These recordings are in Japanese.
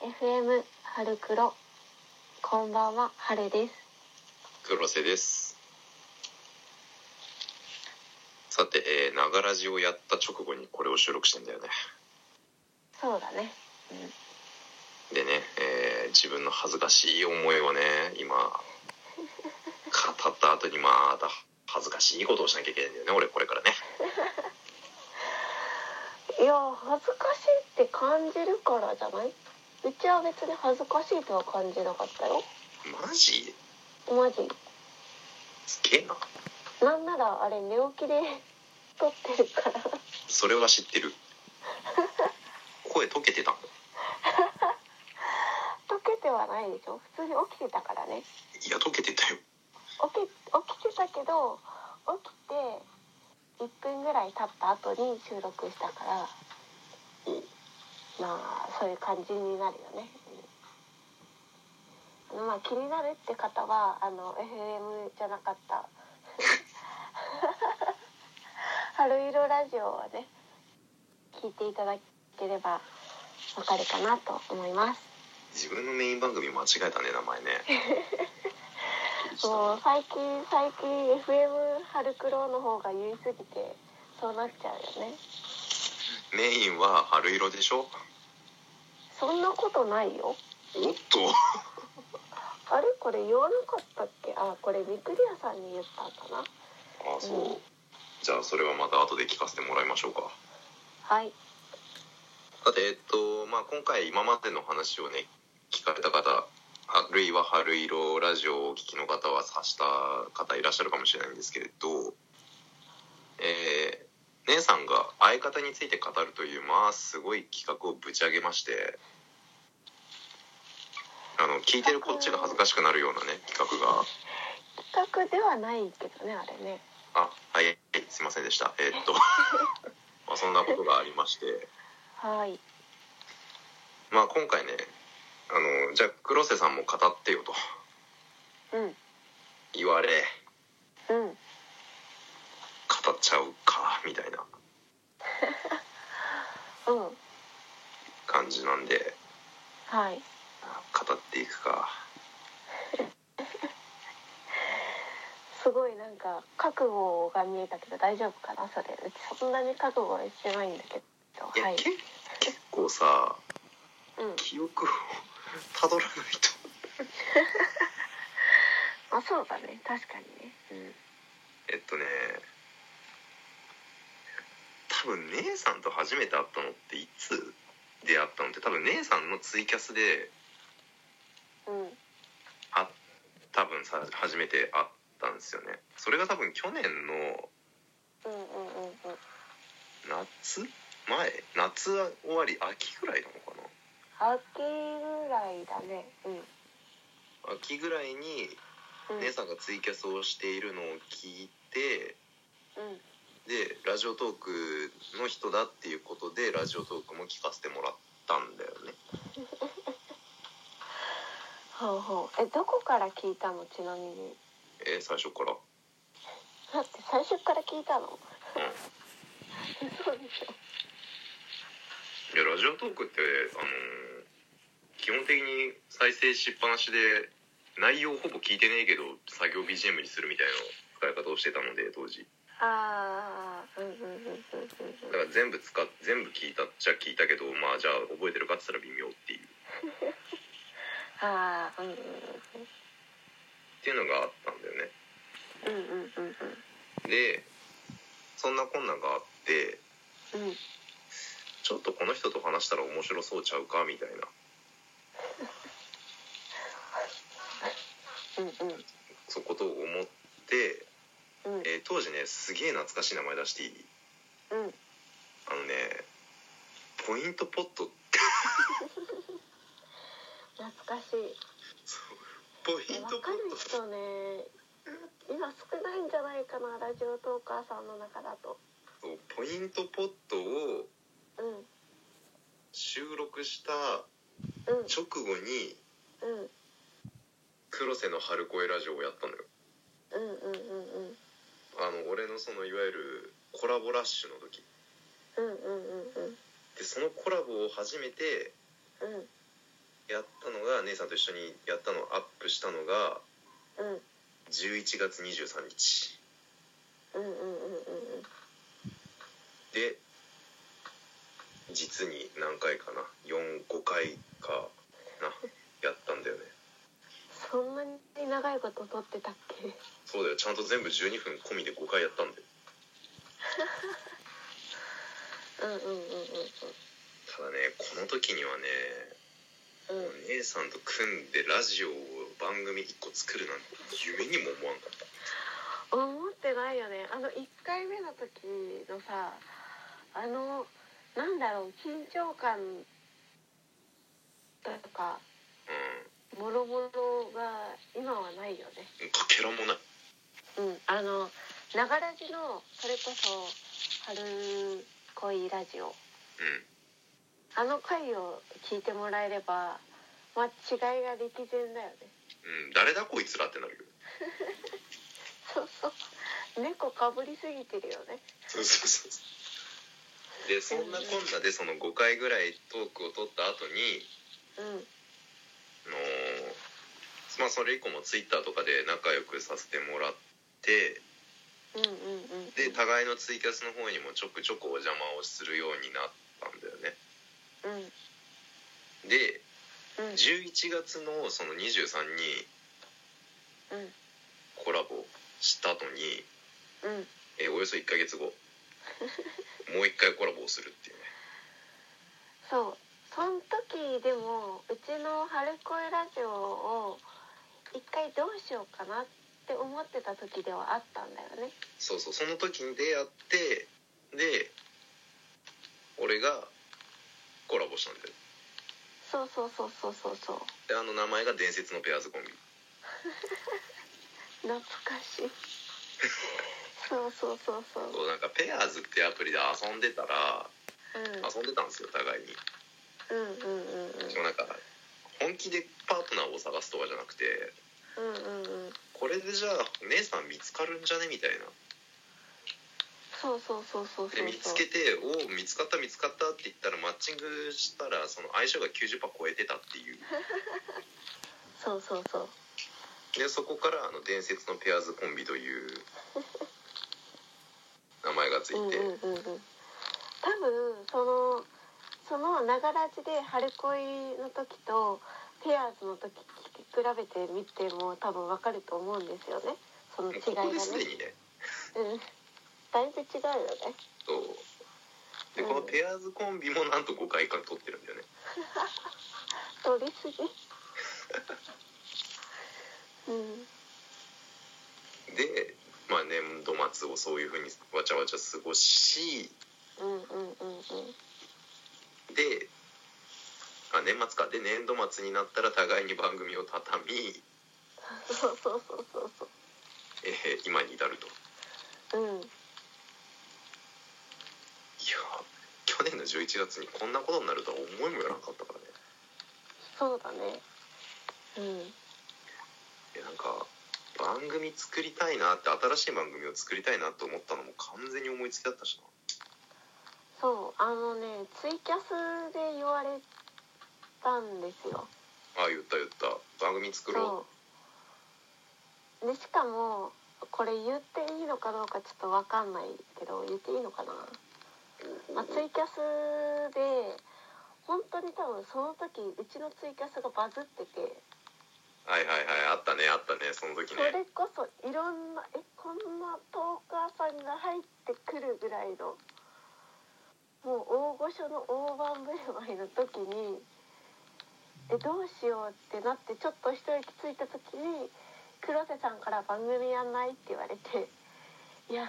FM 春黒こんばんは春です黒瀬ですさてえーながらじをやった直後にこれを収録してんだよねそうだねでね、えー自分の恥ずかしい思いをね今語った後にまた恥ずかしいことをしなきゃいけないんだよね俺これからねいや恥ずかしいって感じるからじゃないうちは別に恥ずかしいとは感じなかったよマジマジすげえななんならあれ寝起きで 撮ってる からそれは知ってる声溶けてたの溶けてはないでしょ普通に起きてたからねいや溶けてたよ起き起きてたけど起きて1分ぐらい経った後に収録したからおまあそういう感じになるよね。あのまあ気になるって方はあの FM じゃなかった 春色ラジオをね聞いていただければわかるかなと思います。自分のメイン番組間違えたね名前ねもう最近最近 FM 春黒の方が言いすぎてそうなっちゃうよね。メインは春色でしょそんなことないよ。おっとあれこれ言わなかったっけ？あこれミクリアさんに言ったんだな。あそう、うんじゃあそれはまた後で聞かせてもらいましょうかはい。さてえっとまあ今回今までの話をね聞かれた方あるいは春色ラジオをお聞きの方は察した方いらっしゃるかもしれないんですけれどえー姉さんが相方について語るというまあすごい企画をぶち上げましてあの聞いてるこっちが恥ずかしくなるようなね企画が企画ではないけどねあれねあはいはいすいませんでしたえーっと まあそんなことがありましてはいまあ今回ねあのじゃあ黒瀬さんも語ってよとうん言われうん語っちゃうかみたいなうん感じなんではい語っていくかすごいなんか覚悟が見えたけど大丈夫かなそれうちそんなに覚悟はしてないんだけどいや、はいけ結構さうん記憶をたどらないと あそうだね確かにねえっとね多分姉さんと初めて会ったのっていつ出会ったのって多分姉さんのツイキャスでうんうんあ多分さ初めて会ったんですよねそれが多分去年のうんうんうんうん夏前夏終わり秋ぐらいなのか秋ぐらいだねうんな秋ぐらいにうん姉さんがツイキャスをしているのを聞いてうんでラジオトークの人だっていうことでラジオトークも聞かせてもらったんだよねほうほうえどこから聞いたのちなみにえー最初からだって最初から聞いたのうんそうでしょいやラジオトークってあのー基本的に再生しっぱなしで内容ほぼ聞いてねえけど作業 BGM にするみたいな使い方をしてたので当時ああうんうんうんうんうんうんだから全部使っ全部聞いたっちゃ聞いたけどまあじゃあ覚えてるかって言ったら微妙っていうっああうんうんていうのがあったんだよねうんうんうんうんでそんなこんなんがあってうんうんちょっとこの人と話したら面白そうちゃうかみたいなうそうことを思って、んうんえー当時ねすげえ懐かしい名前出していいうんあのねポイントポットって懐かしいそうポイえンわトかポるット人ね今少ないんじゃないかなラジオトーカーさんの中だとそうポイントポットうをん収録したうん直後にうん黒瀬の春恋ラジオをやったのようんうんうんうんあの俺のそのいわゆるコラボラッシュの時うんうんうんうんでそのコラボを初めてうんやったのが姉さんと一緒にやったのをアップしたのがうんうん11月23日うんうんうんうんで実に何回かな45回かなやったんだよねそんなに長いこと撮ってたっけそうだよちゃんと全部12分込みで5回やったんだようんうんうんうんただねこの時にはねうんうんお姉さんと組んでラジオを番組1個作るなんて夢にも思わんかった思ってないよねあの1回目の時のさあのなんだろう緊張感とかうもろもろが今はないよねんかけらもないうんあのながらじのそれこそ「春恋ラジオうん」あの回を聞いてもらえれば間違いが歴然だよねうん誰だこいつらってなるよそうそう猫かぶりすぎてるよねそうそうそうそうでそんなこんなでその5回ぐらいトークを取った後にうんあのーまあ、それ以降もツイッターとかで仲良くさせてもらってうんうんうんで互いのツイキャスの方にもちょくちょくお邪魔をするようになったんだよねうんでうん11月のその23にうんコラボした後に、うんえーおよそ1ヶ月後もう1回コラボをするっていうねそうその時でもうちの「春恋ラジオ」を一回どうしようかなって思ってた時ではあったんだよねそうそうその時に出会ってで俺がコラボしたんだよそうそうそうそうそうそうであの名前が伝説のペアーズコンビ懐かしいそうそうそうそうそうなんかペアーズってアプリで遊んでたらうん遊んでたんですよ互いにうんうんうんうんでもなんか本気でパートナーを探すとかじゃなくてうんうんうんこれでじゃあ姉さん見つかるんじゃねみたいなそうそうそうそうそうで見つけて「おお見つかった見つかった」って言ったらマッチングしたらその相性が90%超えてたって いうそうそうそうでそこからあの伝説のペアーズコンビという名前がつうんいうんて、うんうん、多分そのそのながらじで春恋の時とペアーズの時聞き比べてみても多分わかると思うんですよねそのも違ういがこねこですでにねうんだいぶ違うよね そうでうんこのペアーズコンビもなんと5回間取ってるんだよね取りすぎうんで、まあ、年度末をそういうふうにわちゃわちゃ過ごしうんうんうんうんであ年末かで年度末になったら互いに番組を畳み、そうそうそうそうそえー今に至るといううんや去年の11月にこんなことになるとは思いもよらなかったからねそうだねうんえなんか番組作りたいなって新しい番組を作りたいなと思ったのも完全に思いつきだったしなそうあのねツイキャスで言われたんですよああ言った言った番組作ろうそうでしかもこれ言っていいのかどうかちょっとわかんないけど言っていいのかな、まあ、ツイキャスで本当に多分その時うちのツイキャスがバズっててはいはいはいあったねあったねそのそ時ねれこそいろんなえこんなトーカーさんが入ってくるぐらいのもう大御所の大盤振る舞いの時にえどうしようってなってちょっと一息ついた時に黒瀬さんから「番組やんない?」って言われていや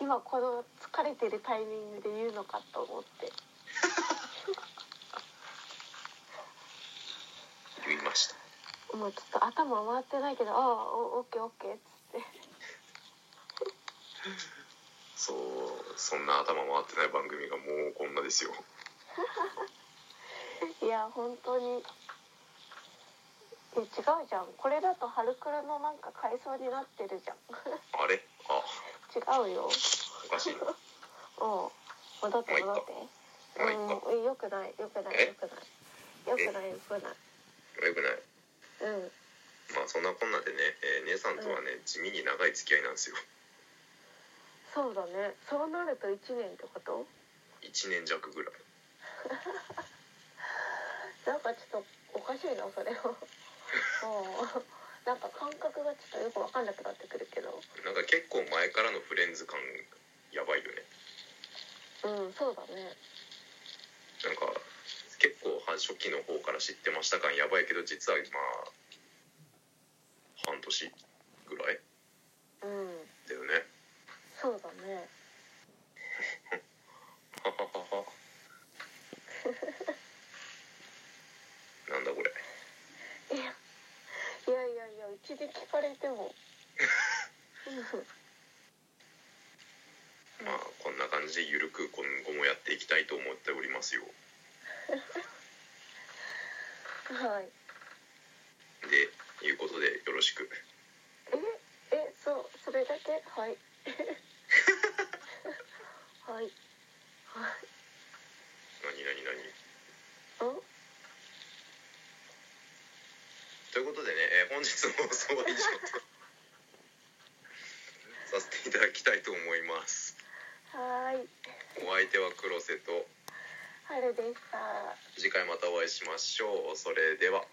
今この疲れてるタイミングで言うのかと思って言いましたもうちょっと頭回ってないけど「ああおオッケーオッケー」っつってそうそんな頭回ってない番組がもうこんなですよいや本当にえ違うじゃんこれだと春倉のなんか階層になってるじゃんあれあ 違うよおかし いなおう戻って戻ってもう一個もう一個うんよくないよくないよくないよくないよくないよくないうんまあそんなこんなでね、えー姉さんとはね地味に長い付き合いなんですよそうだねそうなると1年ってこと1年弱ぐらいなんかちょっとおかしいなそれ はうんなんか感覚がちょっとよく分かんなくなってくるけどなんか結構前からのフレンズ感やばいよねうんそうだねなんか結構初期の方から知ってました感やばいけど実はまあ半年ぐらいうんだよねそうだねははは はなんだこれいやいやいやいやうちで聞かれてもうんまあこんな感じでゆるく今後もやっていきたいと思っておりますよはいでいうことでよろしくええそうそれだけはいはい何何何うんということでね、えー本日の放送は以上と させていただきたいと思いますはーいお相手は黒瀬と春でした次回またお会いしましょうそれでは